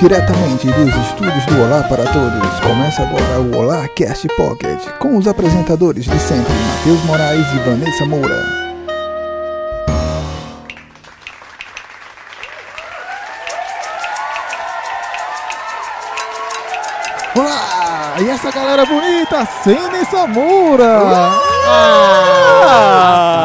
Diretamente dos estúdios do Olá para Todos, começa agora o Olá Cast Pocket, com os apresentadores de sempre, Matheus Moraes e Vanessa Moura. Olá! E essa galera bonita, Senna e Samura!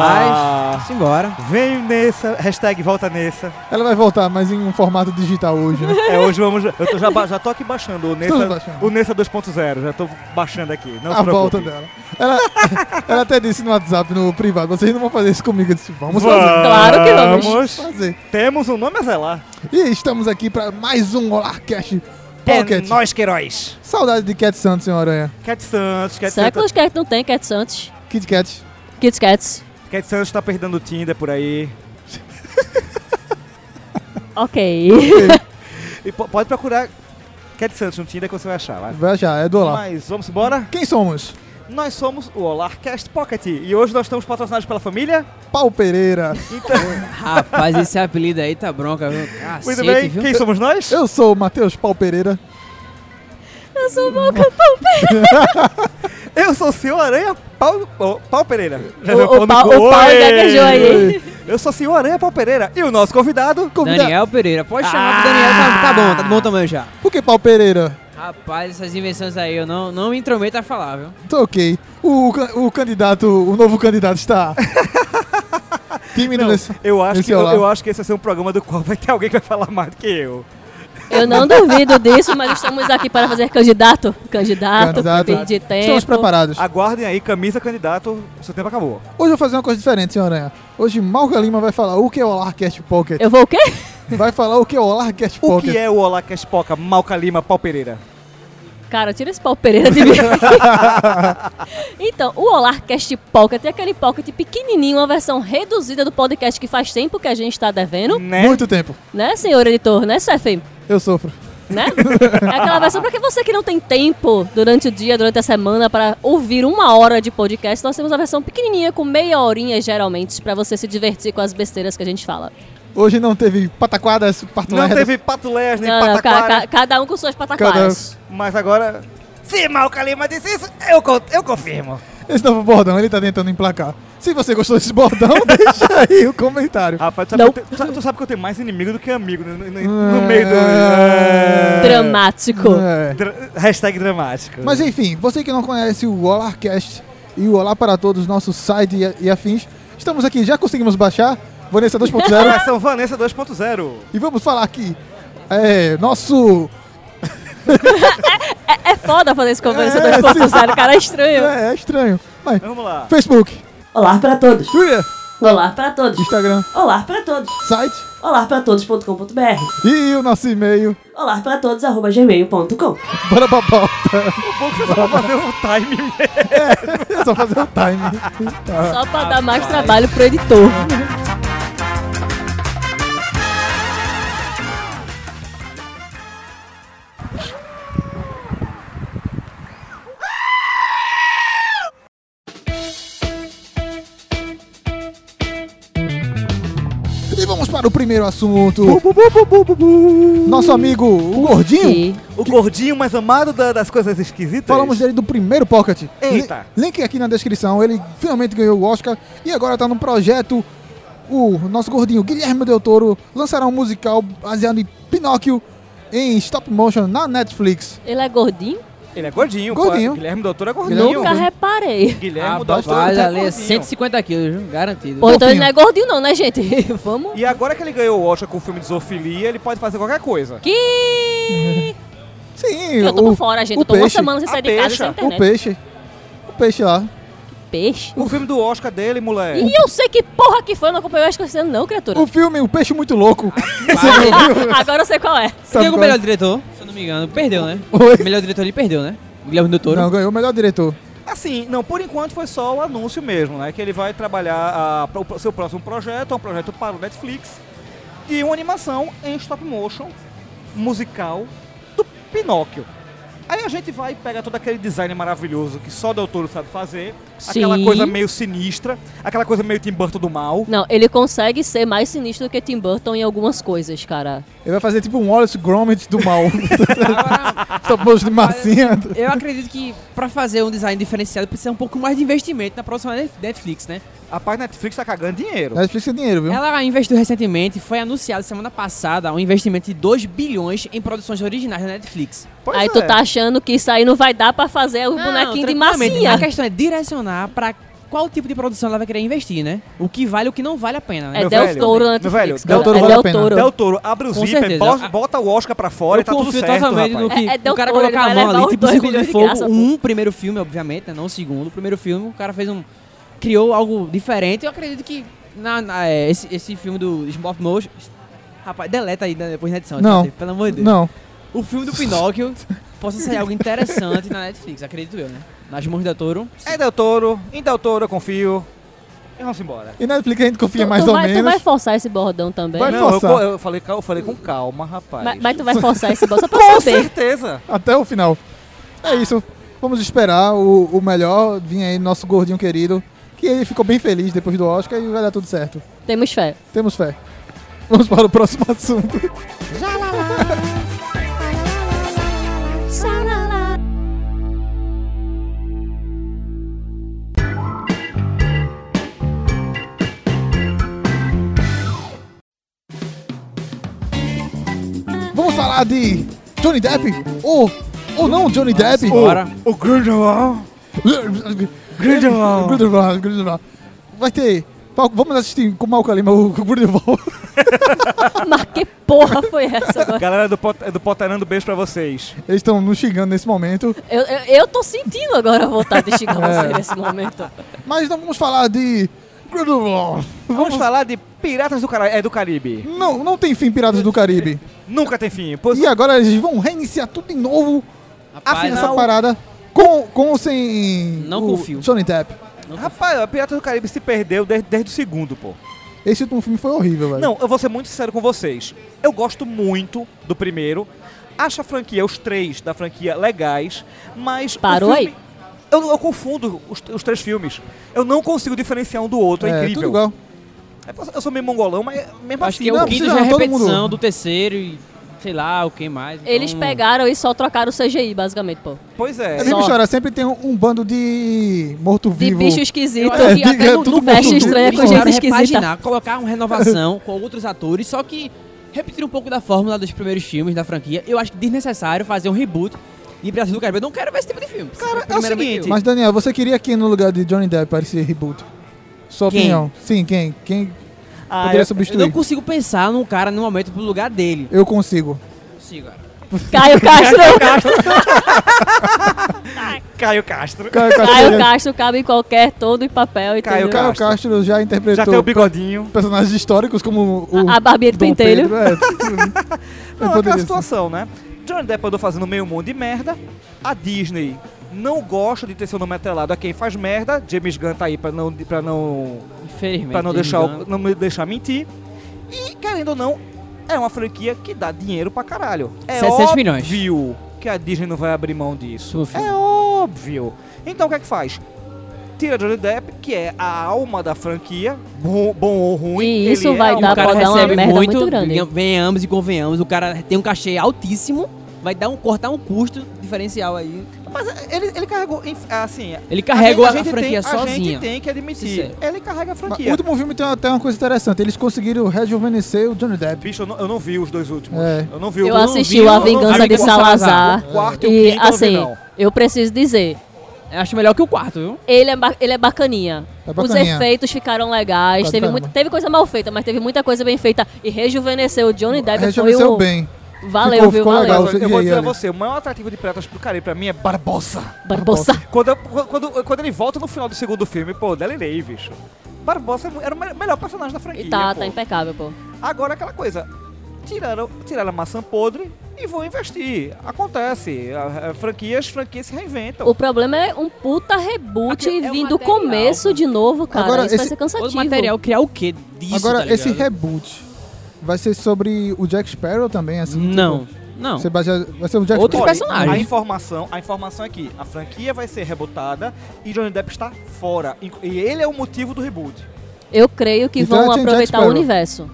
Mas, simbora. Vem Ah. nessa, hashtag volta nessa. Ela vai voltar, mas em um formato digital hoje, né? É, hoje vamos. Eu tô já, ba- já tô aqui baixando o Nessa, Tudo baixando. o Nessa 2.0, já tô baixando aqui. Não A se preocupe. volta dela. Ela, ela até disse no WhatsApp, no privado, vocês não vão fazer isso comigo. Eu disse, vamos fazer. Claro que vamos. Vamos. fazer. Temos um nome a zelar. E estamos aqui para mais um Olá Cast É Pocket. nós queiroz. Saudade de Cat Santos, senhor Aranha. Cat Santos, Cat Santos. tá- Séculos que não tem Cat Santos. Kit Kat. Kit Kats. Cat Santos tá perdendo o Tinder por aí. Ok. E po- pode procurar Cat Santos no Tinder que você vai achar, vai. Vai achar, é do Olá. Mas vamos embora? Quem somos? Nós somos o Olarcast Pocket e hoje nós estamos patrocinados pela família. Pau Pereira. Então, Rapaz, esse apelido aí tá bronca, viu? Cacete, muito bem, viu? quem somos nós? Eu sou o Matheus Pau Pereira. Eu sou boca pau. Eu sou o senhor Aranha Paulo, oh, Paulo Pereira. Já deu O, pau no o, pau, cu. o pau Oi! gaguejou aí. Eu sou o senhor Aranha Paulo Pereira e o nosso convidado. Daniel Pereira. Pode chamar de Daniel, tá, tá bom, tá de bom tamanho já. Por que Pau Pereira? Rapaz, essas invenções aí, eu não, não me intrometo a falar, viu? Então, ok. O, can- o candidato, o novo candidato está. tímido nesse. Eu acho, Esse é que, eu, olá. eu acho que esse vai ser um programa do qual vai ter alguém que vai falar mais do que eu. Eu não duvido disso, mas estamos aqui para fazer candidato. Candidato, Candidato. pedir tempo. Estamos preparados. Aguardem aí, camisa candidato, seu tempo acabou. Hoje eu vou fazer uma coisa diferente, senhor Aranha. Hoje Malca Lima vai falar o que é o Alarcast Pocket. Eu vou o quê? Vai falar o que é o Alarcast O Pocket. que é o Olá Caspoca, Malca Lima, Paulo Pereira? Cara, tira esse pau Pereira de mim. então, o Olarcast Pocket é aquele pocket pequenininho, uma versão reduzida do podcast que faz tempo que a gente está devendo. Né? Muito tempo. Né, senhor editor? Né, Sefim? Eu sofro. né? É aquela versão pra que você que não tem tempo durante o dia, durante a semana, pra ouvir uma hora de podcast, nós temos a versão pequenininha, com meia horinha, geralmente, pra você se divertir com as besteiras que a gente fala. Hoje não teve pataquadas, Não pataquadas. teve patuléias nem Não, não, Ah, ca- pataquara, ca- cada um com suas pataquaras. mas agora... Se Malca Lima disse isso, eu, con- eu confirmo. Esse novo bordão, ele tá tentando emplacar. Se você gostou desse bordão, deixa aí o comentário. Rapaz, tu sabe, Não. que eu, te- tu sabe- tu sabe que eu tenho mais inimigo do que amigo no, no- no- no meio do... É. Dramático. É. Dra- hashtag dramático. Mas enfim, você que não conhece o Olarcast e o Olá para Todos, nosso site e, e afins, estamos aqui, já conseguimos baixar, Vanessa 2.0, Coração Vanessa 2.0. e vamos falar aqui. É, nosso. É foda fazer esse conversa É, 2.0, cara, é estranho. É, é estranho. Mas, Vamos lá. Facebook, Olá para todos. Twitter, Olá para todos. Instagram, Olá para todos. site Olá para todos.com.br. e o nosso e-mail. Olá para todos arroba gmail.com. Bora pra pauta. O bom que você só vai fazer um time mesmo. É só fazer o time. Só pra dar mais trabalho pro editor. E vamos para o primeiro assunto. Nosso amigo, o Gordinho. E O gordinho mais amado da- das coisas esquisitas. Falamos dele do primeiro Pocket. Eita. Li- Link aqui na descrição. Ele finalmente ganhou o Oscar e agora tá no projeto. O nosso gordinho Guilherme Del Toro lançará um musical baseado em Pinóquio em stop motion na Netflix. ele é gordinho? Ele é gordinho. Gordinho. pô. Guilherme Doutor é Guilherme gordinho. Nunca reparei. Guilherme Doutor Rapaz, é ali é gordinho. 150 quilos, viu? Garantido. Ou então ele Fofinho. não é gordinho não, né, gente? Vamos. E agora que ele ganhou o Oscar com o filme de zoofilia, ele pode fazer qualquer coisa. Que... Sim, Eu tô por fora, gente. o Eu tô uma peixe, semana sem A sair de casa peixe, sem o O internet. né? peixe. O peixe lá. peixe. O filme do Oscar dele, moleque. E eu sei que porra que foi, eu não acompanhei o Ash Corsano, não, criatura. O filme O Peixe Muito Louco. Agora eu sei qual é. Sabe Quem é o qual melhor diretor? Se eu não me engano, perdeu, né? Oi? O melhor diretor ele perdeu, né? Guilherme do Toro. Não, ganhou o melhor diretor. Assim, não, por enquanto foi só o anúncio mesmo, né? Que ele vai trabalhar a- o seu próximo projeto, é um projeto para o Netflix, de uma animação em stop motion musical do Pinóquio. Aí a gente vai e pega todo aquele design maravilhoso que só o Del Toro sabe fazer, Sim. aquela coisa meio sinistra, aquela coisa meio Tim Burton do mal. Não, ele consegue ser mais sinistro que Tim Burton em algumas coisas, cara. Ele vai fazer tipo um Wallace Gromit do mal. Agora, Stop motion de massinha. eu acredito que pra fazer um design diferenciado precisa um pouco mais de investimento na produção da Net- Netflix, né? A página Netflix tá cagando dinheiro. Netflix tem dinheiro, viu? Ela investiu recentemente, foi anunciado semana passada um investimento de 2 bilhões em produções originais da Netflix. Pois aí é. tu tá achando que isso aí não vai dar pra fazer o Não, bonequinho de tranquilamente. massinha. A questão é direcionar pra qual tipo de produção ela vai querer investir, né? O que vale e o que não vale a pena, né? É Meu Del velho, Toro na meu velho, Netflix. Del cara. Toro vale a é pena. Del Toro, abre o Com zíper, certeza. bota, Ah, bota o Oscar pra fora e eu tá tudo um confio certo, totalmente rapaz. no que É, é Del o cara Toro, ele colocar a vai mão levar ali, os tipo dois Círculo de milhões de Fogo, graça, pô. um primeiro filme, obviamente, né? Não o segundo. O primeiro filme, o cara fez um... Criou algo diferente. Eu acredito que na, na- é, esse, esse filme do Stop Motion... Rapaz, deleta aí né, depois na edição. Não. tá? Pelo amor de Deus. Não. O filme do Pinóquio possa ser algo interessante na Netflix, acredito eu, né? Nas mãos da Toro. É Del Toro, em Del Toro eu confio. E vamos embora. E Netflix a gente Tu, confia tu mais ou vai, tu menos. vai forçar esse bordão também. Vai Ma- Não, eu, forçar. co- eu falei, cal- eu falei com calma, rapaz. Mas, tu vai forçar esse bordão só pra Com saber. certeza. Até o final. Ah. É isso. Vamos esperar o, o melhor vir aí, nosso gordinho querido. Que ele ficou bem feliz depois do Oscar e vai dar tudo certo. Temos fé. Temos fé. Vamos para o próximo assunto. Vamos falar de Johnny Depp ou ou não Johnny Depp? Bora. O Grindelwald. Grindelwald. Grindelwald, Grindelwald. Vai ter. Pau- Vamos assistir com o Malcolm Lima o Grindelwald. Mas que porra foi essa agora? Galera do, Pot do Potarando, beijo pra vocês. Eles estão nos xingando nesse momento. Eu, eu, eu tô sentindo agora a vontade de xingar você nesse momento. Mas não vamos falar de Grindelwald. Vamos, falar de Piratas do, Cara- é, do Caribe. Não, não tem fim Piratas do Caribe. Nunca tem fim. Pois- E agora eles vão reiniciar tudo de novo Rapaz, essa não, parada com, com ou sem Não o confio. Johnny Depp. Rapaz, o Piratas do Caribe se perdeu desde, desde o segundo, pô. Esse último filme foi horrível, velho. Não, eu vou ser muito sincero com vocês. Eu gosto muito do primeiro. Acho a franquia, os três da franquia, legais, mas. o Parou filme- Eu, eu confundo os, os três filmes. Eu não consigo diferenciar um do outro, é, é, tudo incrível. igual. Eu sou meio mongolão, mas mesmo Acho assim. que não, o quinto precisa já é não, todo mundo- repetição do terceiro e sei lá o que mais. então- Eles pegaram e só trocaram o CGI, basicamente, pô. Pois é. É mesmo história, sempre tem um, um bando de De morto-vivo. bicho esquisito, É, que até é não, tudo não mexe morto-vivo. estranha com Eles gente tentaram esquisita. é repaginar, colocar uma renovação com outros atores, só que repetir um pouco da fórmula dos primeiros filmes da franquia. Eu acho que desnecessário fazer um reboot de Brasil do Caribe. Eu não quero ver esse tipo de filme. Cara, seguinte, Mas, Daniel, você queria quem no lugar de Johnny Depp para esse reboot? Sua Quem? opinião. Sim, quem? Quem Ah, poderia eu- eu substituir? não consigo pensar num cara no momento pro lugar dele. Eu consigo. Consigo, Caio cara. Castro. Caio Castro. Caio Caio Castro, Castro cabe em qualquer todo e papel, entendeu? Caio tá Caio Castro. Castro já Já tem o interpretou bigodinho. personagens históricos como o. A- a Barbie de Dom Pentelho. Pedro, é, tudo. Eu Não, é poderia aquela ser. situação, né? Johnny Depp andou fazendo meio mundo de merda. A Disney não gosta de ter seu nome atrelado a quem faz merda. James Gunn tá aí pra não, pra não, Infelizmente. pra não, deixar, o- engano. não me deixar mentir. E, querendo ou não, é uma franquia que dá dinheiro pra caralho. É 700 milhões. óbvio que a Disney não vai abrir mão disso. Sofia. É óbvio. Então o que é que faz? Tira Johnny Depp, que é a alma da franquia, bom, bom ou ruim. E ele isso é vai a E dar o cara pra dar uma recebe merda muito, muito grande. venha- venhamos e convenhamos, o cara tem um cachê altíssimo, vai dar um, cortar um custo diferencial aí. Mas ele, ele carregou, enf- assim, Ele carrega a, gente franquia tem, A sozinha. gente tem que admitir. Sincero. Ele carrega a Mas franquia. O último filme tem até uma coisa interessante. Eles conseguiram rejuvenescer o Johnny Depp. Bicho, eu não, eu não vi os dois últimos. É. Eu não vi Eu o assisti vi, o A eu não Vingança vi de o Salazar. Salazar. o quarto e o E quinto. eu não vi, assim, não. eu preciso dizer, Eu Acho melhor que o quarto, viu? ele é, ba- ele é bacaninha. É Os bacaninha. efeitos ficaram legais, Tá teve, caramba. muita, teve coisa mal feita, mas teve muita coisa bem feita. E rejuvenesceu o Johnny Depp. foi Rejuvenesceu o... bem. Valeu, Ficou- viu? ficou valeu. legal. Mas eu- CGI eu vou dizer a ali. você, o maior atrativo de Piratas pro Caribe pra mim é Barbosa. Barbosa. Quando, eu- quando, quando ele volta no final do segundo filme, pô, delirei, bicho. Barbosa é mu- era o me- melhor personagem da franquia. E tá, pô. tá impecável, pô. Agora é aquela coisa, tiraram, tiraram a maçã podre e vão investir. Acontece, a- a- franquias, franquias se reinventam. O problema é um puta reboot Aqui e é um vir do material, começo de novo, cara. Agora, Isso vai esse- ser Todo cansativo. material criar o quê disso, Agora, tá esse ligado? reboot vai ser sobre o Jack Sparrow também, assim? Não. tipo, Não. Você vai ser- vai ser o Jack Outro- Sparrow. Os personagens. A informação, a informação é que a franquia vai ser rebootada e Johnny Depp está fora. E- E ele é o motivo do reboot. Eu creio que Então vão é Tim Jack aproveitar o Sparrow. universo.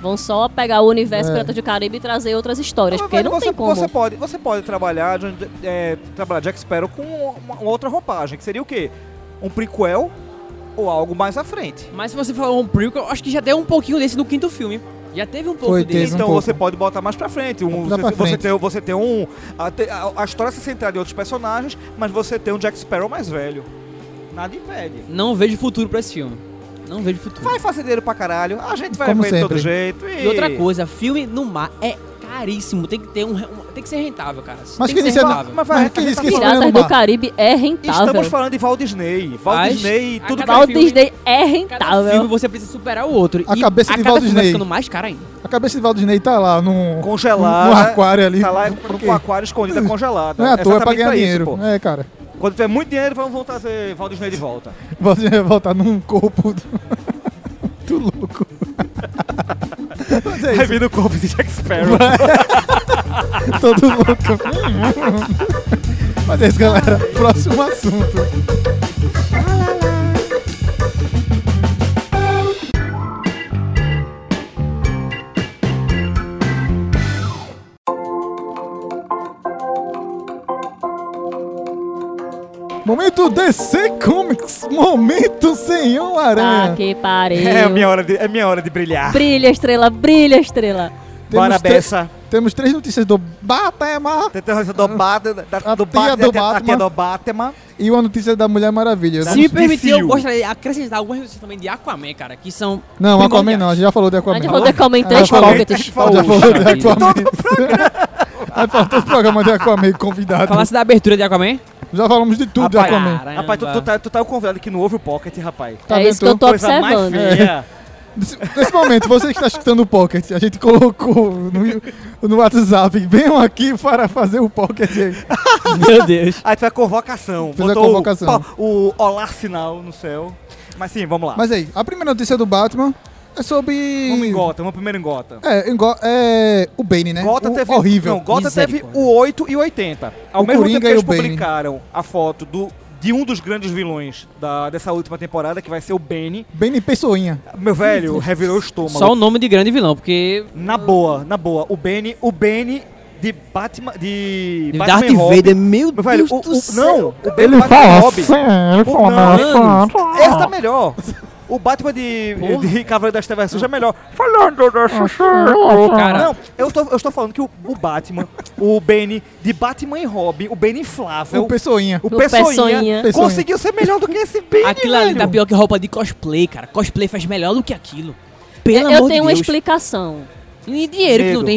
Vão só pegar o universo É. Piratas do Caribe e trazer outras histórias, Mas, porque velho, não você, tem como. Você pode, você pode trabalhar, Johnny Depp- é, trabalhar Jack Sparrow com uma, uma outra roupagem, que seria o quê? Um prequel ou algo mais à frente. Mas se você falar um prequel, acho que já deu um pouquinho desse no quinto filme. Já teve um pouco Foi, desse. teve. um então pouco. você pode botar mais pra frente. Um, Dá você, pra você frente. tem, você tem um. A, te- a- a história se centrar em outros personagens, mas você tem um Jack Sparrow mais velho. Nada impede. um- Não vejo futuro pra esse filme. Não vejo futuro. Vai fazer dinheiro pra caralho, a gente vai Como ver de todo sempre. jeito. E, E outra coisa, filme no mar é caríssimo. Tem que ter um, um- tem que ser rentável, cara. Mas tem quem que disse ser é na- rentável. Mas vai, Mas quem tá- disse que esse filme é Piratas no do mar? Caribe é rentável. Estamos falando de Walt Disney. Walt Mas- Disney, a tudo cada que Walt filme- Disney é Cada filme rentável. você precisa superar o outro. A E cabeça a de cada Walt filme vai Disney. ficando mais cara ainda. A cabeça de Valdinei tá lá num, congelado. num Um aquário ali. Tá lá Porque com o aquário escondida, congelada. Não é à toa, é pra exatamente ganhar isso, dinheiro. pô. é, cara. Quando tiver muito dinheiro, vamos voltar a ser Walt Disney de volta. Você vai voltar num corpo do, do louco. Mas é Aí isso, vira o corpo de Jack Sparrow. todo louco. Mas é isso, galera. Próximo assunto. Momento DC Comics, momento sem um Tá né? aranha. que pariu. É a minha hora de, é a minha hora de brilhar. Brilha, estrela, brilha, estrela. Temos Bora, três- Bessa. Temos três notícias do Batman Tem a do Batman. Ah, A Do tia do Batman. A tia Batman. do Batman. e uma notícia da Mulher Maravilha. Se me de permitir, eu fio. gostaria de acrescentar algumas notícias também de Aquaman, cara, que são. Não, Aquaman primordiais. não, a gente já falou de A Aquaman. gente falou de Aquaman Ah, eu três falei, pockets. Falou, já Poxa falou de vida. Aquaman. Aí faltou os programas de Aquaman convidado. Falasse da abertura de Aquaman? assim. Já falamos de tudo de Rapaz, Aquaman. Caramba. Rapaz, tu, tu tá, tu tá o convidado que não ouve o Pocket, rapaz. Tá É. é vendo isso que eu tu? tô Coisa mais observando. feia. Nesse nesse momento, você que está escutando o Pocket, a gente colocou no, no WhatsApp, venham aqui para fazer o Pocket aí. tá- Meu Deus. Aí tu vai convocação. Fiz a Botou o convocação. pa- O olá sinal no céu. Mas sim, vamos lá. Mas aí, a primeira notícia do Batman é sobre... Vamos em Gotham, vamos primeiro em Gotham. É, em Go- é, o Bane, né? Gota o, teve, horrível. Não, Gota teve Misericórdia. o 8 e 80. Ao O mesmo Coringa tempo que e eles o Bane. publicaram a foto do, de um dos grandes vilões da, dessa última temporada, que vai ser o Benny. Bane e Pessoinha. Meu velho, revirou o estômago. Só o nome de grande vilão, porque. Na boa, na boa. O Benny, o Benny de Batman. De, de Batman Darth e Robin. Vader, meu Meu velho, Deus o, do o, céu. não, o Benny de Batman e Robin. ele Pô, fala não, Esse tá melhor. O Batman de, Porra. de Cavaleiro das Trevas Sujas é melhor. Falando da Cara, Não, eu tô, eu estou falando que o, o Batman, o Benny, de Batman e Robin, o Benny inflável, É O Pessoinha. o, O Pessoinha, Pessoinha. conseguiu ser melhor do que esse Benny, aquilo velho. ali tá pior que roupa de cosplay, cara. Cosplay faz melhor do que aquilo. eu Pelo amor de tenho uma Deus. explicação. E dinheiro que Medo. não tem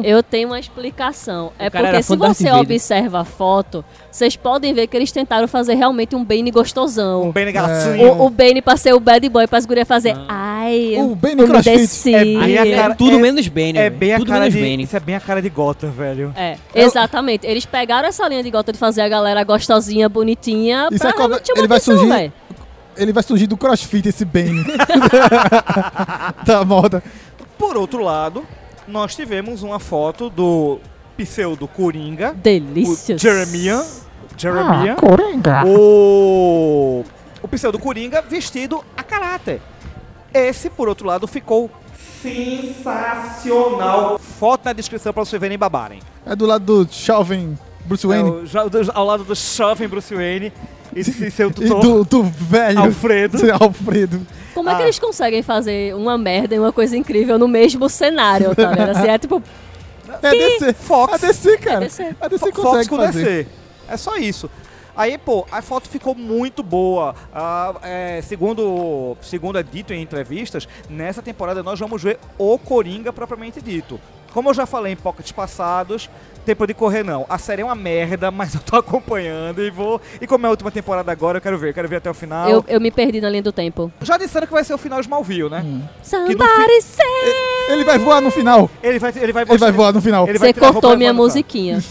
Eu tenho uma explicação. É cara porque era se fã do Darth você Vader. observa a foto, vocês podem ver que eles tentaram fazer realmente um Bane Um gostosão. Benny Um gatinho. O, o Bane pra ser o bad boy, pra as gurias fazer ai, O Bane eu me Crossfit. desci. É bem- Aquilo ali é cara, tudo é- menos Bane. é velho. bem a tudo cara menos de, Bane. isso é bem a cara de Gotham, velho. É, exatamente. Eles pegaram essa linha de gota de fazer a galera gostosinha, bonitinha, Isso pra é como- realmente chamar ele vai atenção, surgir- véi. Ele vai surgir do crossfit, esse Bane. tá moda. Por outro lado, nós tivemos uma foto do pseudo Coringa, o Delícias. Jeremiah, Jeremiah, o o pseudo Coringa vestido a caráter. Esse, por outro lado, ficou sensacional. Foto na descrição pra vocês verem e babarem. É do lado do jovem Bruce É, Wayne o jo- do- ao lado do jovem Bruce Wayne e se- seu e tutor do, do velho Alfredo. Alfredo. Como é que Ah. eles conseguem fazer uma merda e uma coisa incrível no mesmo cenário, tá vendo? Assim, é tipo, É a DC. Fox. A DC, cara. É DC. A DC Fo- consegue Fox com fazer. DC. É só isso. Aí, pô, a foto ficou muito boa. Ah, é, segundo, segundo é dito em entrevistas, nessa temporada nós vamos ver o Coringa propriamente dito. Como eu já falei em pockets passados, tempo de correr não. A série é uma merda, mas eu tô acompanhando e vou. E como é a última temporada agora, eu quero ver, eu quero ver até o final. Ah, eu, eu me perdi na linha do tempo. Já disseram que vai ser o final Smallville, né? Somebody say... Ele vai voar no final. Ele vai ele vai Ele vai voar no final. Ele vai Você tirar a roupa cortou e minha vai dançar. musiquinha.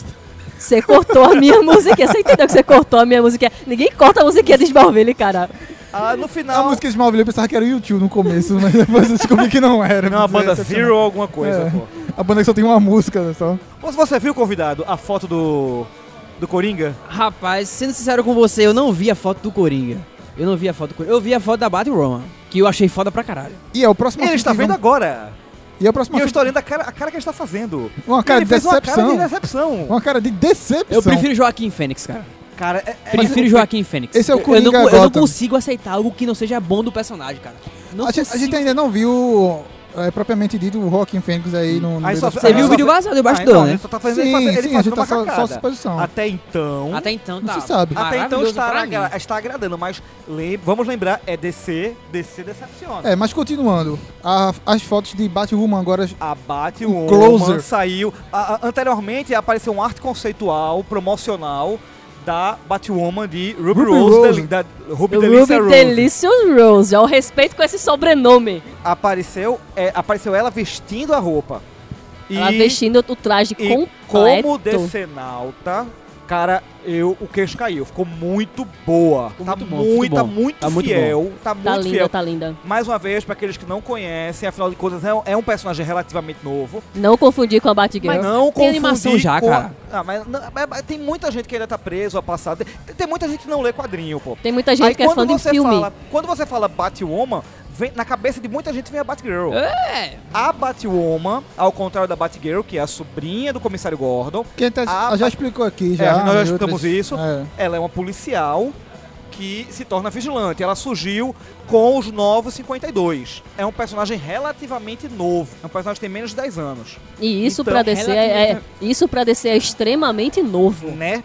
Você cortou a minha musiquinha. Você entendeu que você cortou a minha musiquinha? Ninguém corta a musiquinha de Smallville, cara. Ah, no A final música de Smallville eu pensava que era o YouTube no começo, mas depois eu descobri que não era. Não, a banda Essa- Zero ou alguma coisa, É. pô. A banda que só tem uma música só. Ou Mas você viu, convidado, a foto do. do Coringa? Rapaz, sendo sincero com você, eu não vi a foto do Coringa. Eu não vi a foto do Coringa. Eu vi a foto da Batwoman, que eu achei foda pra caralho. E é o próximo Ele assunto está que vendo vamos- agora. E é o próximo E eu assunto- estou olhando a cara, a cara que ele está fazendo. Uma cara ele de fez uma decepção. cara de decepção. Uma cara de decepção. Eu prefiro Joaquim Fênix, cara. Cara, é- é- Prefiro Joaquim Fênix. Esse é o Eu- Coringa eu, não, eu não Gotham. consigo aceitar algo que não seja bom do personagem, cara. Não a, gente, a consigo. gente ainda não viu, é, propriamente dito, o Joaquim Fênix aí no... no Aí meio só- das- Você viu o Ah, vídeo só- vazado debaixo Ah, do então, né? ele só tá fazendo, Sim, ele fazendo, ele sim, a gente fazendo tá uma só, só cacada. suposição. Até então. Até então Não se tá. sabe. Até então maravilhoso está, pra agra- mim. está agradando, mas lem- vamos lembrar, é DC, DC decepciona. É, mas continuando. A- as fotos de Batwoman agora... A Um Batwoman Closer. saiu. a- a- anteriormente apareceu um arte conceitual promocional da Batwoman de Ruby, Ruby Rose, Rose. Da, da- Ruby, Delícia Ruby Rose. Delicious Rose. Ao respeito com esse sobrenome. Apareceu, é, apareceu ela vestindo a roupa. E, Ela vestindo o traje e completo. como DC Nauta, cara, eu, o queixo caiu. Ficou muito boa. Ficou tá muito muito, bom, ficou tá bom. muito Tá muito fiel. Tá muito Tá linda, fiel. tá linda. Mais uma vez, para aqueles que não conhecem, afinal de contas, é um, é um personagem relativamente novo. Não confundir com a Batgirl. Mas não Tem confundir animação já, com- cara. Ah, mas, não- mas- mas tem muita gente que ainda tá preso ao passado. Tem, tem muita gente que não lê quadrinho, pô. Tem muita gente Aí que é quando fã de você filme. Fala, quando você fala Batwoman, vem, na cabeça de muita gente vem a Batgirl. É. A Batwoman, ao contrário da Batgirl, que é a sobrinha do comissário Gordon, Quem tá, Ah, já explicou aqui, já. é, nós já em escutamos outras- isso. É. ela é uma policial que se torna vigilante. Ela surgiu com os novos 52. É um personagem relativamente novo. É um personagem que tem menos de 10 anos, E isso Então, pra descer é, é- isso para descer é extremamente novo. né?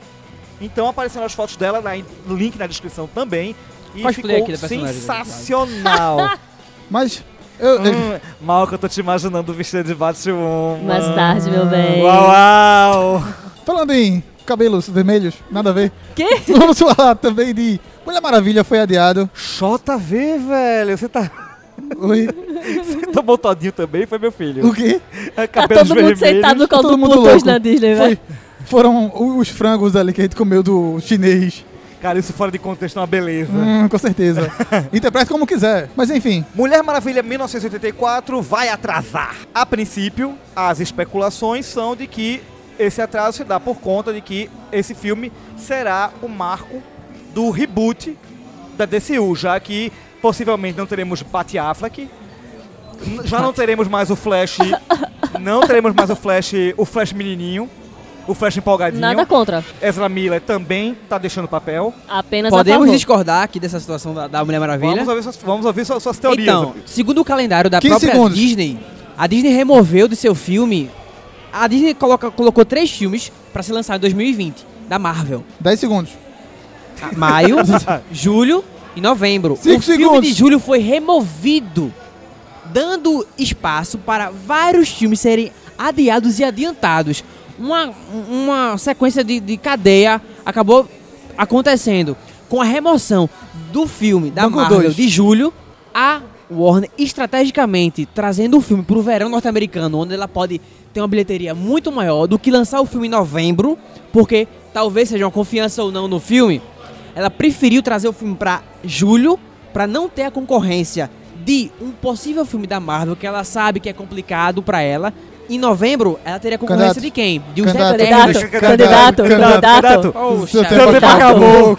Então apareceram as fotos dela na- no link na descrição também. E Cosplay aqui ficou da personagem, né? sensacional. Mas... Eu, eu- Hum, mal que eu tô te imaginando vestido de Batwoman. Mais tarde, meu bem. Uau, uau. Falando em cabelos vermelhos, nada a ver. Quê? Vamos falar também de Mulher Maravilha foi adiado. JV, velho. Você tá, Oi, você tomou todinho também, foi meu filho. o quê? Tá Tá Cabelos todo mundo vermelhos. Tá sentado no caldo todo do mundo Plutões louco. na Disney, né? Foi- velho. foram o- os frangos ali que a gente comeu do chinês. Cara, isso fora de contexto é uma beleza. Hum, com certeza. Interprete como quiser. Mas enfim, Mulher Maravilha 1984 vai atrasar. A princípio, as especulações são de que esse atraso se dá por conta de que esse filme será o marco do reboot da DCU, já que possivelmente não teremos Bat Affleck, n- já não teremos mais o Flash, não teremos mais o Flash, o Flash menininho, o Flash empolgadinho. Nada contra. Ezra Miller também tá deixando papel. Apenas a Podemos favor. discordar aqui dessa situação da, da Mulher Maravilha. Vamos ouvir suas, vamos ouvir suas, suas teorias. Então, segundo o calendário da 15 própria segundos. Disney, a Disney removeu do seu filme. A Disney coloca- colocou três filmes pra ser lançado em 2020, da Marvel. 10 segundos. A- Maio, julho e novembro. Cinco o filme segundos. de julho foi removido, dando espaço para vários filmes serem adiados e adiantados. Uma, uma sequência de, de cadeia acabou acontecendo com a remoção do filme da Banco Marvel dois. de julho a Warner estrategicamente trazendo o filme para o verão norte-americano, onde ela pode ter uma bilheteria muito maior do que lançar o filme em novembro, porque talvez seja uma confiança ou não no filme. Ela preferiu trazer o filme para julho para não ter a concorrência de um possível filme da Marvel que ela sabe que é complicado para ela. Em novembro, ela teria a concorrência Candidato. de quem? De os Candidato. Candidato, Candidato, candidato, candidato. Poxa, Seu tempo vida. acabou.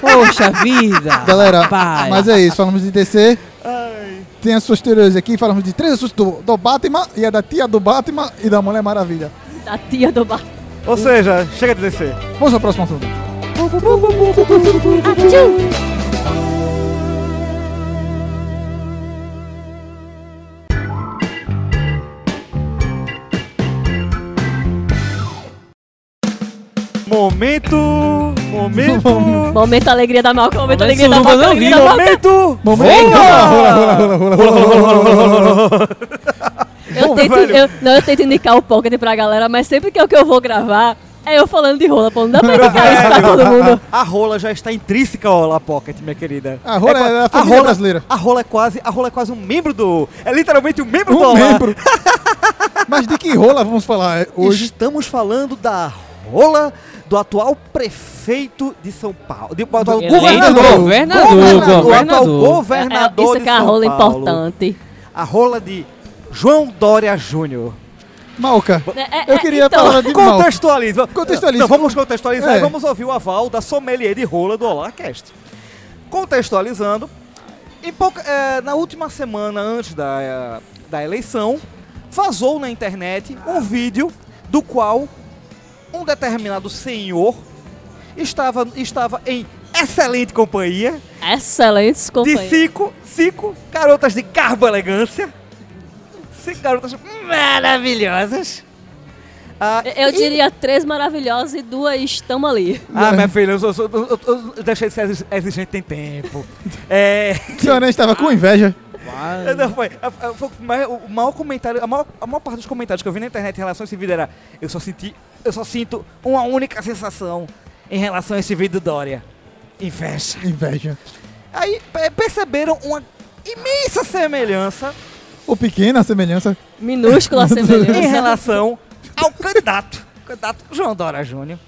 Poxa vida! Galera, rapaz. mas é isso. Falamos de DC. Tem as suas teorias aqui. Falamos de três assuntos do, do Batman e a da tia do Batman e da Mulher Maravilha. A tia do bar. Ou seja, chega de descer. Vamos ao próximo assunto. Momento, momento, momento. Momento alegria da Malcolm, momento Mas alegria da Suruba Malcolm, não alegria viu. da Malcolm. momento. Eu tento, eu, não, eu tento indicar o Pocket pra galera, mas sempre que é o que eu vou gravar, é eu falando de rola, pô. Não dá pra indicar Tá, isso pra todo mundo. A rola já está intrínseca ao La Pocket, minha querida. A rola qua- é a família brasileira. A rola é quase, a rola é quase um membro do, é literalmente um membro do Um Olá. membro. Mas de que rola vamos falar é, hoje? Estamos falando da rola do atual prefeito de São Paulo, de, do atual Eleito governador, governador, É, do atual governador. governador Isso de que é a São rola Paulo. importante. A rola de João Dória Júnior. Malca. É, é, Eu é, queria então, a palavra de Malca. Contextualiza. Contextualiza. Não, vamos contextualizar É. e vamos ouvir o aval da sommelier de rola do Olacast. Contextualizando, em pouca- eh, na última semana antes da, eh, da eleição, vazou na internet um vídeo do qual um determinado senhor estava, estava em excelente companhia Excelentes de companheiros. cinco, cinco garotas de carbo elegância. Cinco garotas maravilhosas. Ah, Eu e- diria três maravilhosas e duas estão ali. Ah, minha filha, eu, sou- sou- eu- eu- eu deixei de ser exi- exigente tem tempo. É, Senhora né, estava com inveja. não, foi, a- a- foi o maior- o maior comentário, a maior, a maior parte dos comentários que eu vi na internet em relação a esse vídeo era eu só senti, eu só sinto uma única sensação em relação a esse vídeo do Dória. Inveja. Inveja. Aí pe- perceberam uma imensa semelhança Ou pequena semelhança. Minúscula semelhança. em relação ao candidato, candidato João Dora Júnior.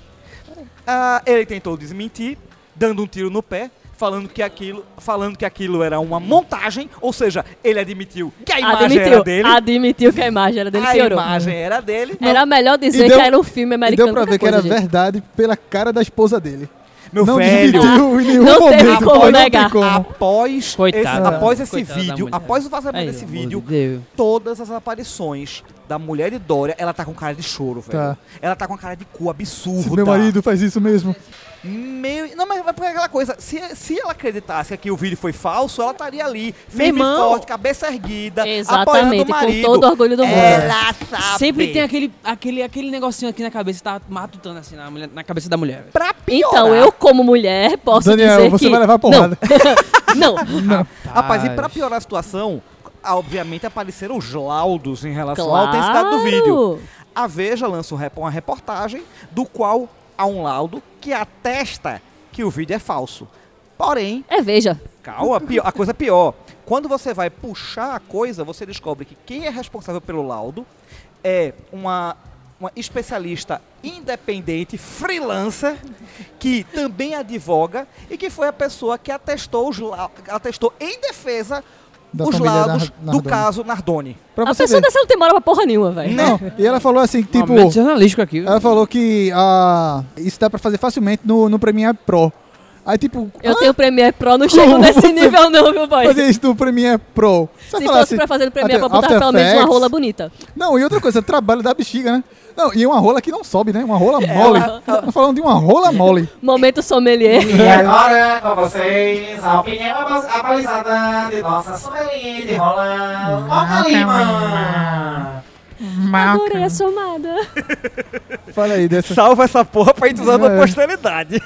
Ah, ele tentou desmentir, dando um tiro no pé, falando que aquilo, falando que aquilo era uma montagem, ou seja, ele admitiu que a imagem Ah, Admitiu, era dele. admitiu que a imagem era dele, a piorou. É. imagem era dele. Era melhor dizer E deu- que era um filme E americano. deu pra qualquer ver que coisa, era gente. verdade pela cara da esposa dele. Meu não velho. desmentiu em nenhum Não teve momento. como pô, não tem Ah, negar. como. Após Coitada. esse, após esse Coitada da vídeo, mulher. após o vazamento desse vídeo, todas as aparições da mulher de Dória, ela tá com cara de choro, velho. Tá. Ela tá com cara de cu Se absurda. Meu marido faz isso mesmo. Meio. Não, mas mas por aquela coisa. Se, se ela acreditasse que o vídeo foi falso, ela estaria ali, firme e irmão. forte, cabeça erguida, apoiando o Exatamente, com marido. todo o orgulho do mundo. Ela sabe. Sempre tem aquele, aquele, aquele negocinho aqui na cabeça, tá matutando assim na, mulher- na cabeça da mulher. velho. Pra piorar. Então, eu, como mulher, posso Daniel, dizer você que... vai levar porrada. Não, Rapaz, e pra piorar a situação, obviamente apareceram os laudos em relação Ah, claro. à autenticidade do vídeo. A Veja lança um rep- uma reportagem do qual há um laudo que atesta que o vídeo é falso. Porém, É, veja. Calma, pio- a coisa é pior. Quando você vai puxar a coisa, você descobre que quem é responsável pelo laudo é uma, uma especialista independente, freelancer, que também advoga e que foi a pessoa que atestou, os lau- atestou em defesa Da os família laudos Nar- do Nardoni. caso Nardoni. Pra A você pessoa ver. dessa não tem moral pra porra nenhuma, velho. Não, e ela falou assim, tipo... Momento jornalístico aqui. Ela falou que ah, isso dá pra fazer facilmente no, no Premiere Pro. Aí, tipo, Eu ah, tenho o Premiere Pro, não chego nesse nível não, meu boy. fazer isso no Premiere Pro. Você Se fala fosse assim, pra fazer no Premiere, pra até botar After pelo menos uma Effects. rola bonita. Não, e outra coisa, trabalho da bexiga, né? Não, e uma rola que não sobe, né? Uma É, rola mole. uma- Tá falando de uma rola mole. Momento sommelier. E agora com vocês a opinião atualizada de nossa sobrinha de rola, Moca Lima. Adorei a somada. Fala aí dessa. Salva essa porra pra gente usar É. na posteridade.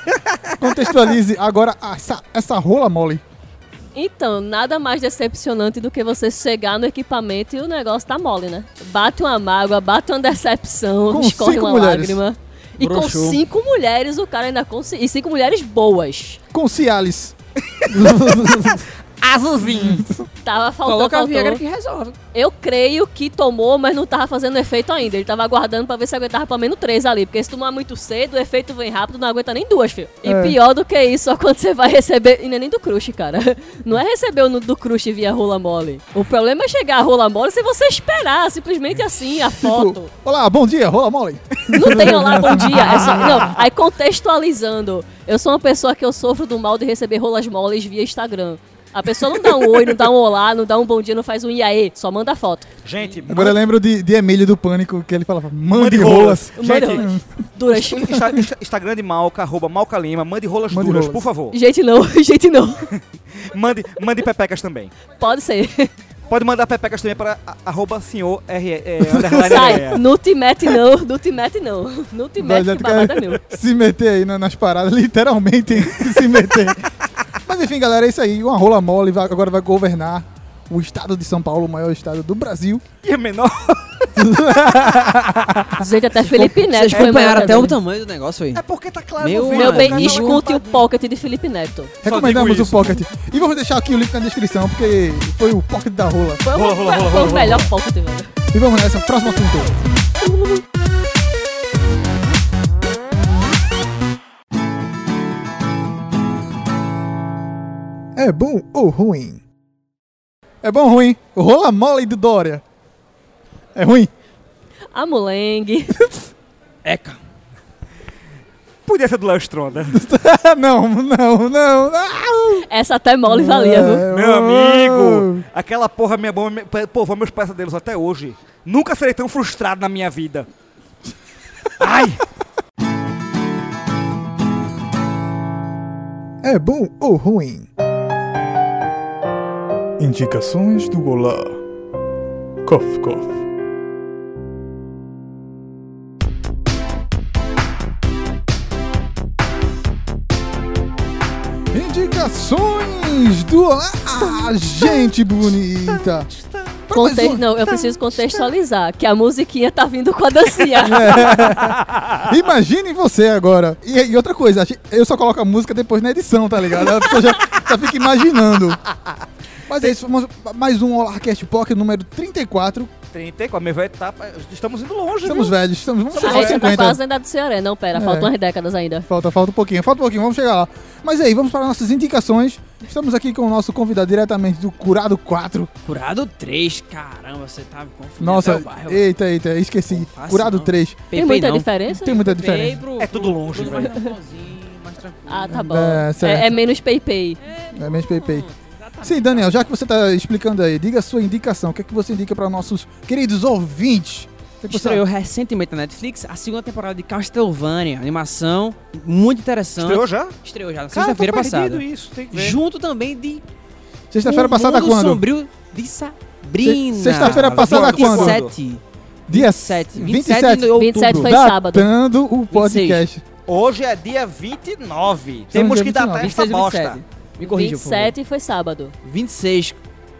Contextualize agora essa, essa rola mole. Então, nada mais decepcionante do que você chegar no equipamento e o negócio tá mole, né? Bate uma mágoa, bate uma decepção, Com escorre cinco uma mulheres. lágrima. E com Broxou. cinco mulheres o cara ainda conseguiu. E cinco mulheres boas. Com Cialis. Azulzinho. Tava faltando. Coloca a faltou. Viagra que resolve. Eu creio que tomou, mas não tava fazendo efeito ainda. Ele tava aguardando pra ver se aguentava pelo menos três ali. Porque se tomar muito cedo, o efeito vem rápido, não aguenta nem duas, filho. E É. pior do que isso, só quando você vai receber. E não é nem do crush, cara. Não é receber o nude do crush via rola mole. O problema é chegar a rola mole se você esperar, simplesmente assim, a foto. Tipo, olá, bom dia, rola mole. Não tem olá, bom dia. É só- não, aí contextualizando. Eu sou uma pessoa que eu sofro do mal de receber rolas moles via Instagram. A pessoa não dá um oi, não dá um olá, não dá um bom dia, não faz um iaê, só manda foto. Gente, Agora eu lembro de, de Emílio do Pânico, que ele falava, mande mande rolas. rolas. Mande Gente, rolas. Duras. Insta- Insta- Instagram de Malca, arroba Malca Lima, mande rolas Mande duras, rolas. por favor. Gente, não, gente, não. Mande, mande pepecas também. Pode ser. Pode mandar pepecas também para a- arroba senhor R, é, underline Sai. RE. Não te mete, não. Não te mete, não. Não te mete, que babada é meu. Se meter aí na- nas paradas, literalmente hein? se meter. Mas enfim, galera, é isso aí. Uma rola mole vai- agora vai governar o estado de São Paulo, o maior estado do Brasil. E o menor. Gente, até Felipe Neto Vocês foi maior acompanharam até o dele. tamanho do negócio aí. É porque tá claro Meu no vídeo. Meu tá bem, claro no- escute o pocket de Felipe Neto. Recomendamos digo o isso. Pocket. E vamos deixar aqui o link na descrição, porque foi o Pocket da rola. Foi, o- Rola, rola, foi- rola, foi o rola, melhor pocket, velho. E vamos nessa, próximo assunto. É bom ou ruim? É bom ou ruim? Rola mole do Dória. É ruim? a Mulengue. Eca. Podia ser do Léo Stronda. não, não, não. É não. Essa até mole valia, viu? Meu amigo, aquela porra minha bomba, me- pe- pô, vão meus pesadelos até hoje. Nunca serei tão frustrado na minha vida. Ai, É bom ou ruim? Indicações do Olá. Cof, cof. Indicações do Olá, gente bonita. Pra tá mais um. Conte- uma- Não, eu preciso contextualizar, que a musiquinha tá vindo com a dancinha. Imagine você agora. E, e outra coisa, eu só coloco a música depois na edição, tá ligado? A pessoa já, já fica imaginando. Mas é isso, vamos- mais um Olá Cast Pocket número 34. 30 com a minha velha etapa, tá, estamos indo longe, Estamos Uhum. viu? velhos, estamos, vamos chegar Aí aos você tá 50. quase ainda do Ceará. Não, pera, faltam umas décadas ainda. Falta, falta um pouquinho, falta um pouquinho, vamos chegar lá. Mas aí, vamos para nossas indicações. Estamos aqui com o nosso convidado diretamente do Curado 4. Curado 3, caramba, você tá me confundindo. até Nossa, o bairro. eita, eita, esqueci. faço Curado não. 3. Tem Pepei muita não. diferença? Tem muita Pepei diferença. pro- É tudo longe, tudo velho. mais normalzinho, mais tranquilo. Ah, tá bom. É, certo. É, é menos PayPay. É menos PayPay. Sim, Daniel, já que você tá explicando aí, diga a sua indicação. O que é que você indica para nossos queridos ouvintes? O que é que você- Estreou recentemente na Netflix a segunda temporada de Castlevania, animação muito interessante. Estreou já? Estreou já na tá Cara, eu tô sexta-feira perdido passada. isso, tem que ver. Junto também de Sexta-feira O passada Mundo quando? Sombrio de Sabrina. Se- sexta-feira passada quando? 27. Dia 27. 27 de outubro. 27 foi sábado. Datando o podcast. Hoje é dia 29. Temos dia 29. que datar essa 26 ou bosta. 27. Me corrija, por favor. 27 foi sábado. 26.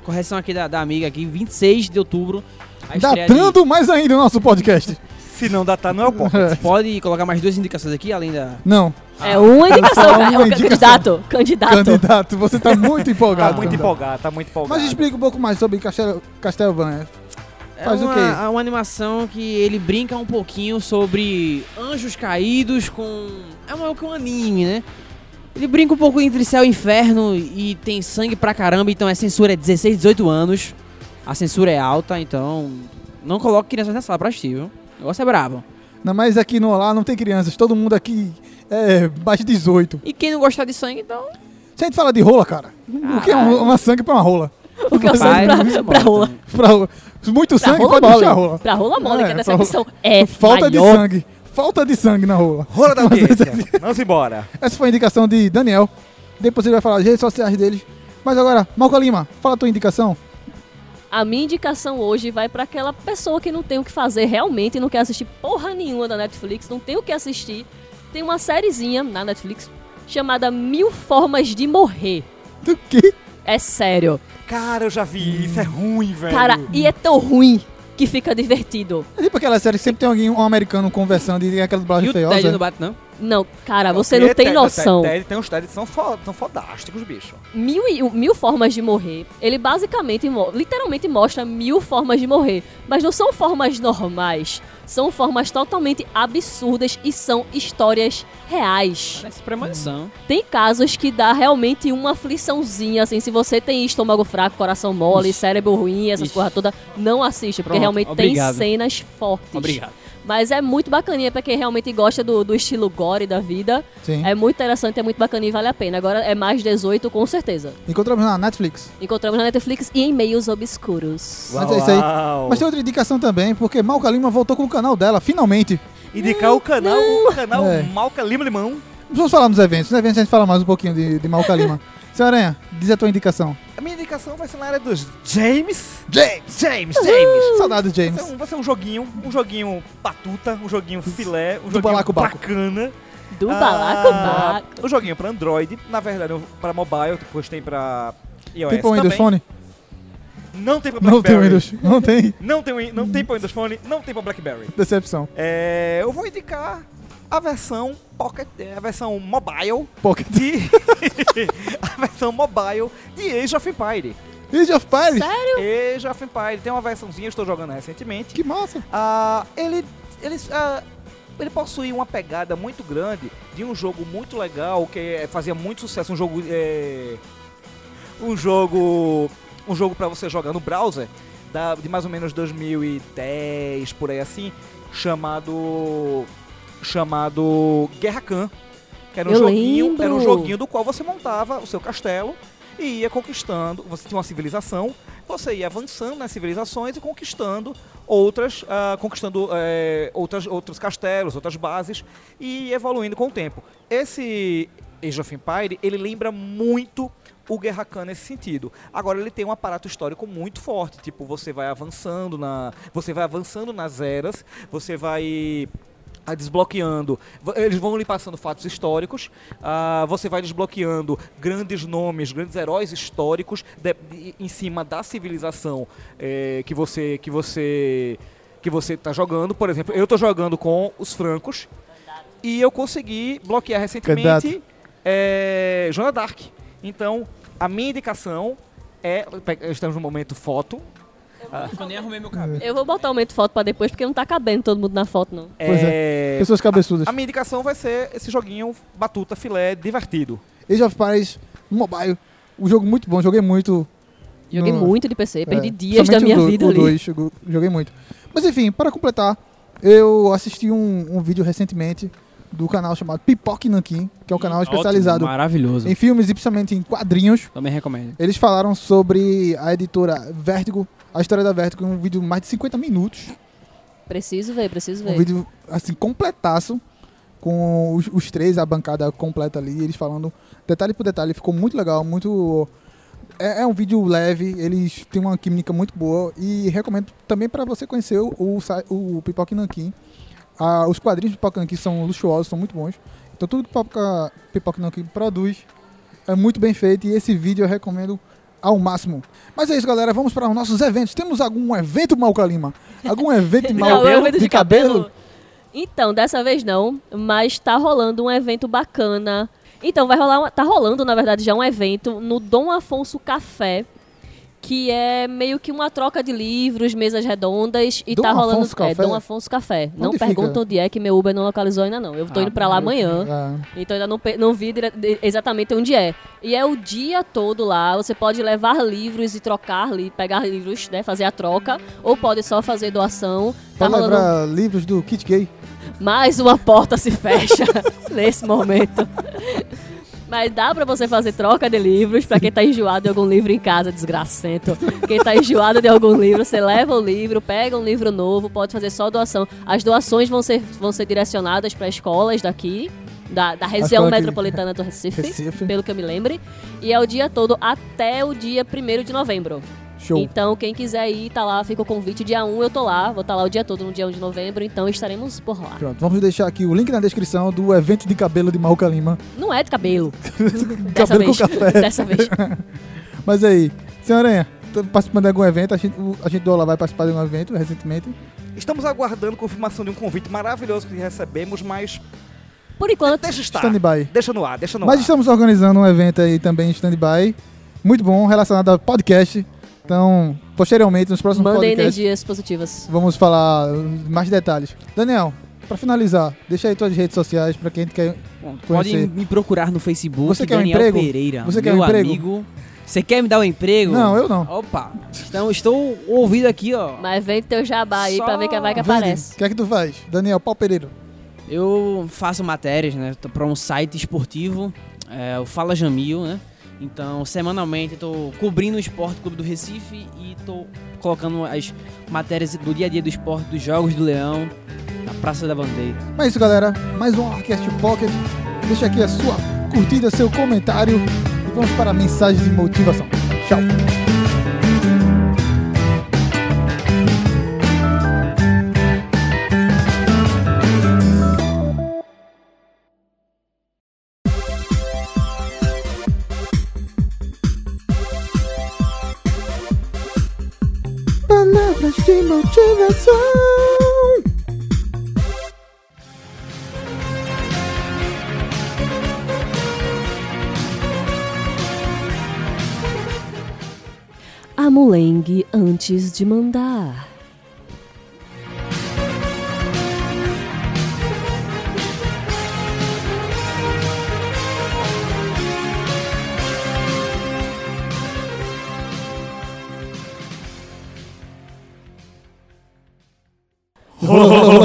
Correção aqui da, da amiga aqui. 26 de outubro. a estreia de- Datando mais ainda o nosso podcast. Se não datar, não é o ponto. Pode colocar mais duas indicações aqui, além da... Não, É uma indicação, Ah. Uma é um indicação. candidato. Ah, Candidato. candidato, você tá muito empolgado. Tá muito candidato. empolgado, tá muito empolgado. Mas explica um pouco mais sobre Castel, né? Castelvania. Faz é o uma, quê? É uma animação que ele brinca um pouquinho sobre anjos caídos com... É meio que um anime, né? Ele brinca um pouco entre céu e inferno e tem sangue pra caramba, então a censura é 16, 18 anos. A censura é alta, então não coloque crianças na sala pra assistir, viu? O negócio é brabo. Não, mas aqui no Olá não tem crianças, todo mundo aqui é mais de 18. E quem não gostar de sangue, então... Se a gente fala de rola, cara, o que é um- uma sangue pra uma rola? O que eu sei Vai, pra, pra rola. Pra, muito Pra sangue rola pode mole. deixar a rola. Pra rola mole, É, que a pra decepção é Falta de maior. sangue. Falta de sangue na rola. é Rola da audiência. Vamos embora. Essa foi a indicação de Daniel. Depois ele vai falar as redes sociais deles. Mas agora, Malca Lima, fala a tua indicação. A minha indicação hoje vai pra aquela pessoa que não tem o que fazer realmente, não quer assistir porra nenhuma da Netflix, não tem o que assistir. Tem uma sériezinha na Netflix chamada Mil Formas de Morrer. Do que? É sério. Cara, eu já vi. Isso é Hum. ruim, velho. Cara, e é tão ruim que fica divertido. É tipo aquela série que sempre tem alguém, um americano conversando e tem aquela E dublagem o Ted não feiosa. bate, não? Não, É cara, você não E tem Ted- noção. Ted- Ted tem uns Ted que são, fo- são fodásticos, bicho. mil, e, um, mil formas de morrer. Ele basicamente, mo- literalmente mostra mil formas de morrer. Mas não são formas normais. São formas totalmente absurdas e são histórias reais. Parece premonição. Tem casos que dá realmente uma afliçãozinha, assim, se você tem estômago fraco, coração mole, cérebro ruim, essas Ixi. coisas toda, não assiste, porque Pronto, realmente obrigado. tem cenas fortes. Obrigado. Mas é muito bacaninha pra quem realmente gosta do, do estilo gore da vida. Sim. É muito interessante, é muito bacaninha e vale a pena. Agora é mais 18 com certeza. Encontramos na Netflix. Encontramos na Netflix e em meios obscuros. Mas é isso aí. Uau. Mas tem outra indicação também, porque Malca Lima voltou com o canal dela, finalmente. Indicar o canal, o canal É. Malca Lima Limão. Vamos falar nos eventos. Nos eventos a gente fala mais um pouquinho de, de Malca Lima. Senhora Aranha, diz a tua indicação. A minha indicação vai ser na área dos James. James! James, James. Saudades, Vai James. ser, um, vai ser um joguinho, um joguinho batuta, um joguinho filé, Do um joguinho balacobaco. bacana. Do Ah, balacobaco. Um joguinho pra Android, na verdade um pra mobile, depois tem pra iOS Tem pra Tipo um Windows Tipo também. Phone? Não tem pra Não tem Blackberry. Windows. Não tem. Não tem, Win- não tem pra Windows Phone, não tem pra Blackberry. Decepção. É, eu vou indicar a versão Pocket, é, a versão mobile Pocket. de a versão mobile de Age of Empire. Age of Pirates. Sério? Age of Empire tem uma versãozinha, eu estou jogando recentemente. Que massa. Ah, ele, ele, ah, ele possui uma pegada muito grande de um jogo muito legal que eh, fazia muito sucesso, um jogo, eh, um jogo, um jogo para você jogar no browser da- de mais ou menos 2010, por aí assim, chamado. chamado Guerra Khan. Que era um, Eu joguinho, era um lembro. joguinho do qual você montava o seu castelo e ia conquistando. Você tinha uma civilização, você ia avançando nas civilizações e conquistando outras, ah, conquistando eh, outras, outros castelos, outras bases e evoluindo com o tempo. Esse Age of Empire, ele lembra muito o Guerra Khan nesse sentido. Agora ele tem um aparato histórico muito forte, tipo você vai avançando na, você vai avançando nas eras, você vai a ah, desbloqueando, v- eles vão lhe passando fatos históricos, ah, você vai desbloqueando grandes nomes, grandes heróis históricos de- de- em cima da civilização eh, que você que você que você está jogando. Por exemplo, eu estou jogando com os francos e eu consegui bloquear recentemente Candidato. eh, Joana Dark. Então, a minha indicação é pe- estamos no momento foto. Eu nem arrumei meu cabelo. Eu vou botar o momento foto pra depois, porque não tá cabendo todo mundo na foto, não. Pois é, Pessoas cabeçudas. a minha indicação vai ser esse joguinho batuta filé divertido. Age of Paris Mobile. Um jogo muito bom, joguei muito. Joguei no- muito de PC, perdi É, dias da somente o minha do- vida o ali. dois, jogo- joguei muito. Mas enfim, para completar, eu assisti um, um vídeo recentemente do canal chamado Pipoque Nankin, que é um canal especializado maravilhoso. em filmes e principalmente em quadrinhos. Também recomendo. Eles falaram sobre a editora Vertigo, a história da Vertigo, em um vídeo de mais de 50 minutos. Preciso ver, preciso ver. Um vídeo, assim, completaço. Com os, os três, a bancada completa ali, eles falando detalhe por detalhe. Ficou muito legal, muito... É, é um vídeo leve, eles têm uma química muito boa. E recomendo também para você conhecer o, o, sai- o Pipoca e Nanquim. Ah, os quadrinhos de Pipoca e Nanquim são luxuosos, são muito bons. Então tudo que Pipoca, Pipoca e Nanquim produz é muito bem feito. E esse vídeo eu recomendo ao máximo. Mas é isso, galera. Vamos para os nossos eventos. Temos algum evento, Malca Lima? Algum evento, Não, Malca? é um evento de, cabelo? Então, dessa vez não, mas tá rolando um evento bacana. Então, vai rolar, uma- tá rolando, na verdade, já um evento no Dom Afonso Café, que é meio que uma troca de livros, mesas redondas e Dom tá rolando Afonso Café? É, Dom Afonso Café. não fica? pergunta onde é que meu Uber não localizou ainda não. Eu tô Ah, indo pra lá amanhã. Ah, Então ainda não, pe- não vi dire- de- exatamente onde é. E é o dia todo lá. Você pode levar livros e trocar, li- pegar livros, né? Fazer a troca. Ou pode só fazer doação. Tá Pode rolando lembrar livros do Kit Gay. mais uma porta se fecha nesse momento. Mas dá pra você fazer troca de livros pra quem tá enjoado de algum livro em casa, desgracento. Quem tá enjoado de algum livro, você leva o livro, pega um livro novo, pode fazer só doação. As doações vão ser, vão ser direcionadas pra escolas daqui, da, da região escola que- metropolitana do Recife, Recife. pelo que eu me lembre. E é o dia todo até o dia 1 de novembro. Show. Então, quem quiser ir, tá lá, fica o convite. Dia 1 eu tô lá, vou estar lá o dia todo no dia 1 de novembro, então estaremos por lá. Pronto, vamos deixar aqui o link na descrição do evento de cabelo de Malca Lima. Não é de cabelo. Dessa cabelo com vez. café. Dessa vez. Mas aí, senhorinha, tá participando de algum evento? A gente, o- a gente do Olá vai participar de um evento recentemente. Estamos aguardando confirmação de um convite maravilhoso que recebemos, mas Por enquanto, deixa estar. Stand-by. Deixa no ar, deixa no Mas ar. estamos organizando um evento aí também em stand-by. Muito bom, relacionado a podcast. Então, posteriormente, nos próximos manda podcasts, energias positivas. vamos falar mais detalhes. Daniel, pra finalizar, deixa aí tuas redes sociais pra quem quer Pode conhecer. me procurar no Facebook, Você quer um Daniel emprego? Pereira. Você quer um meu emprego? amigo. Você quer me dar um emprego? Não, eu não. Opa, então, estou ouvindo aqui, ó. Mas vem teu jabá aí Só pra ver que vai que Vende. aparece. O que é que tu faz? Daniel Pau Pereira. Eu faço matérias, né, para um site esportivo, é, o Fala Jamil, né? Então, semanalmente eu tô cobrindo o Esporte Clube do Recife e tô colocando as matérias do dia a dia do esporte, dos jogos do Leão, na Praça da Bandeira. Mas é isso, galera. Mais um Orquest Pocket. Deixa aqui a sua curtida, seu comentário e vamos para a mensagem de motivação. Tchau. Palavras de motivação. Amulengue antes de mandar. Rolou, rolou,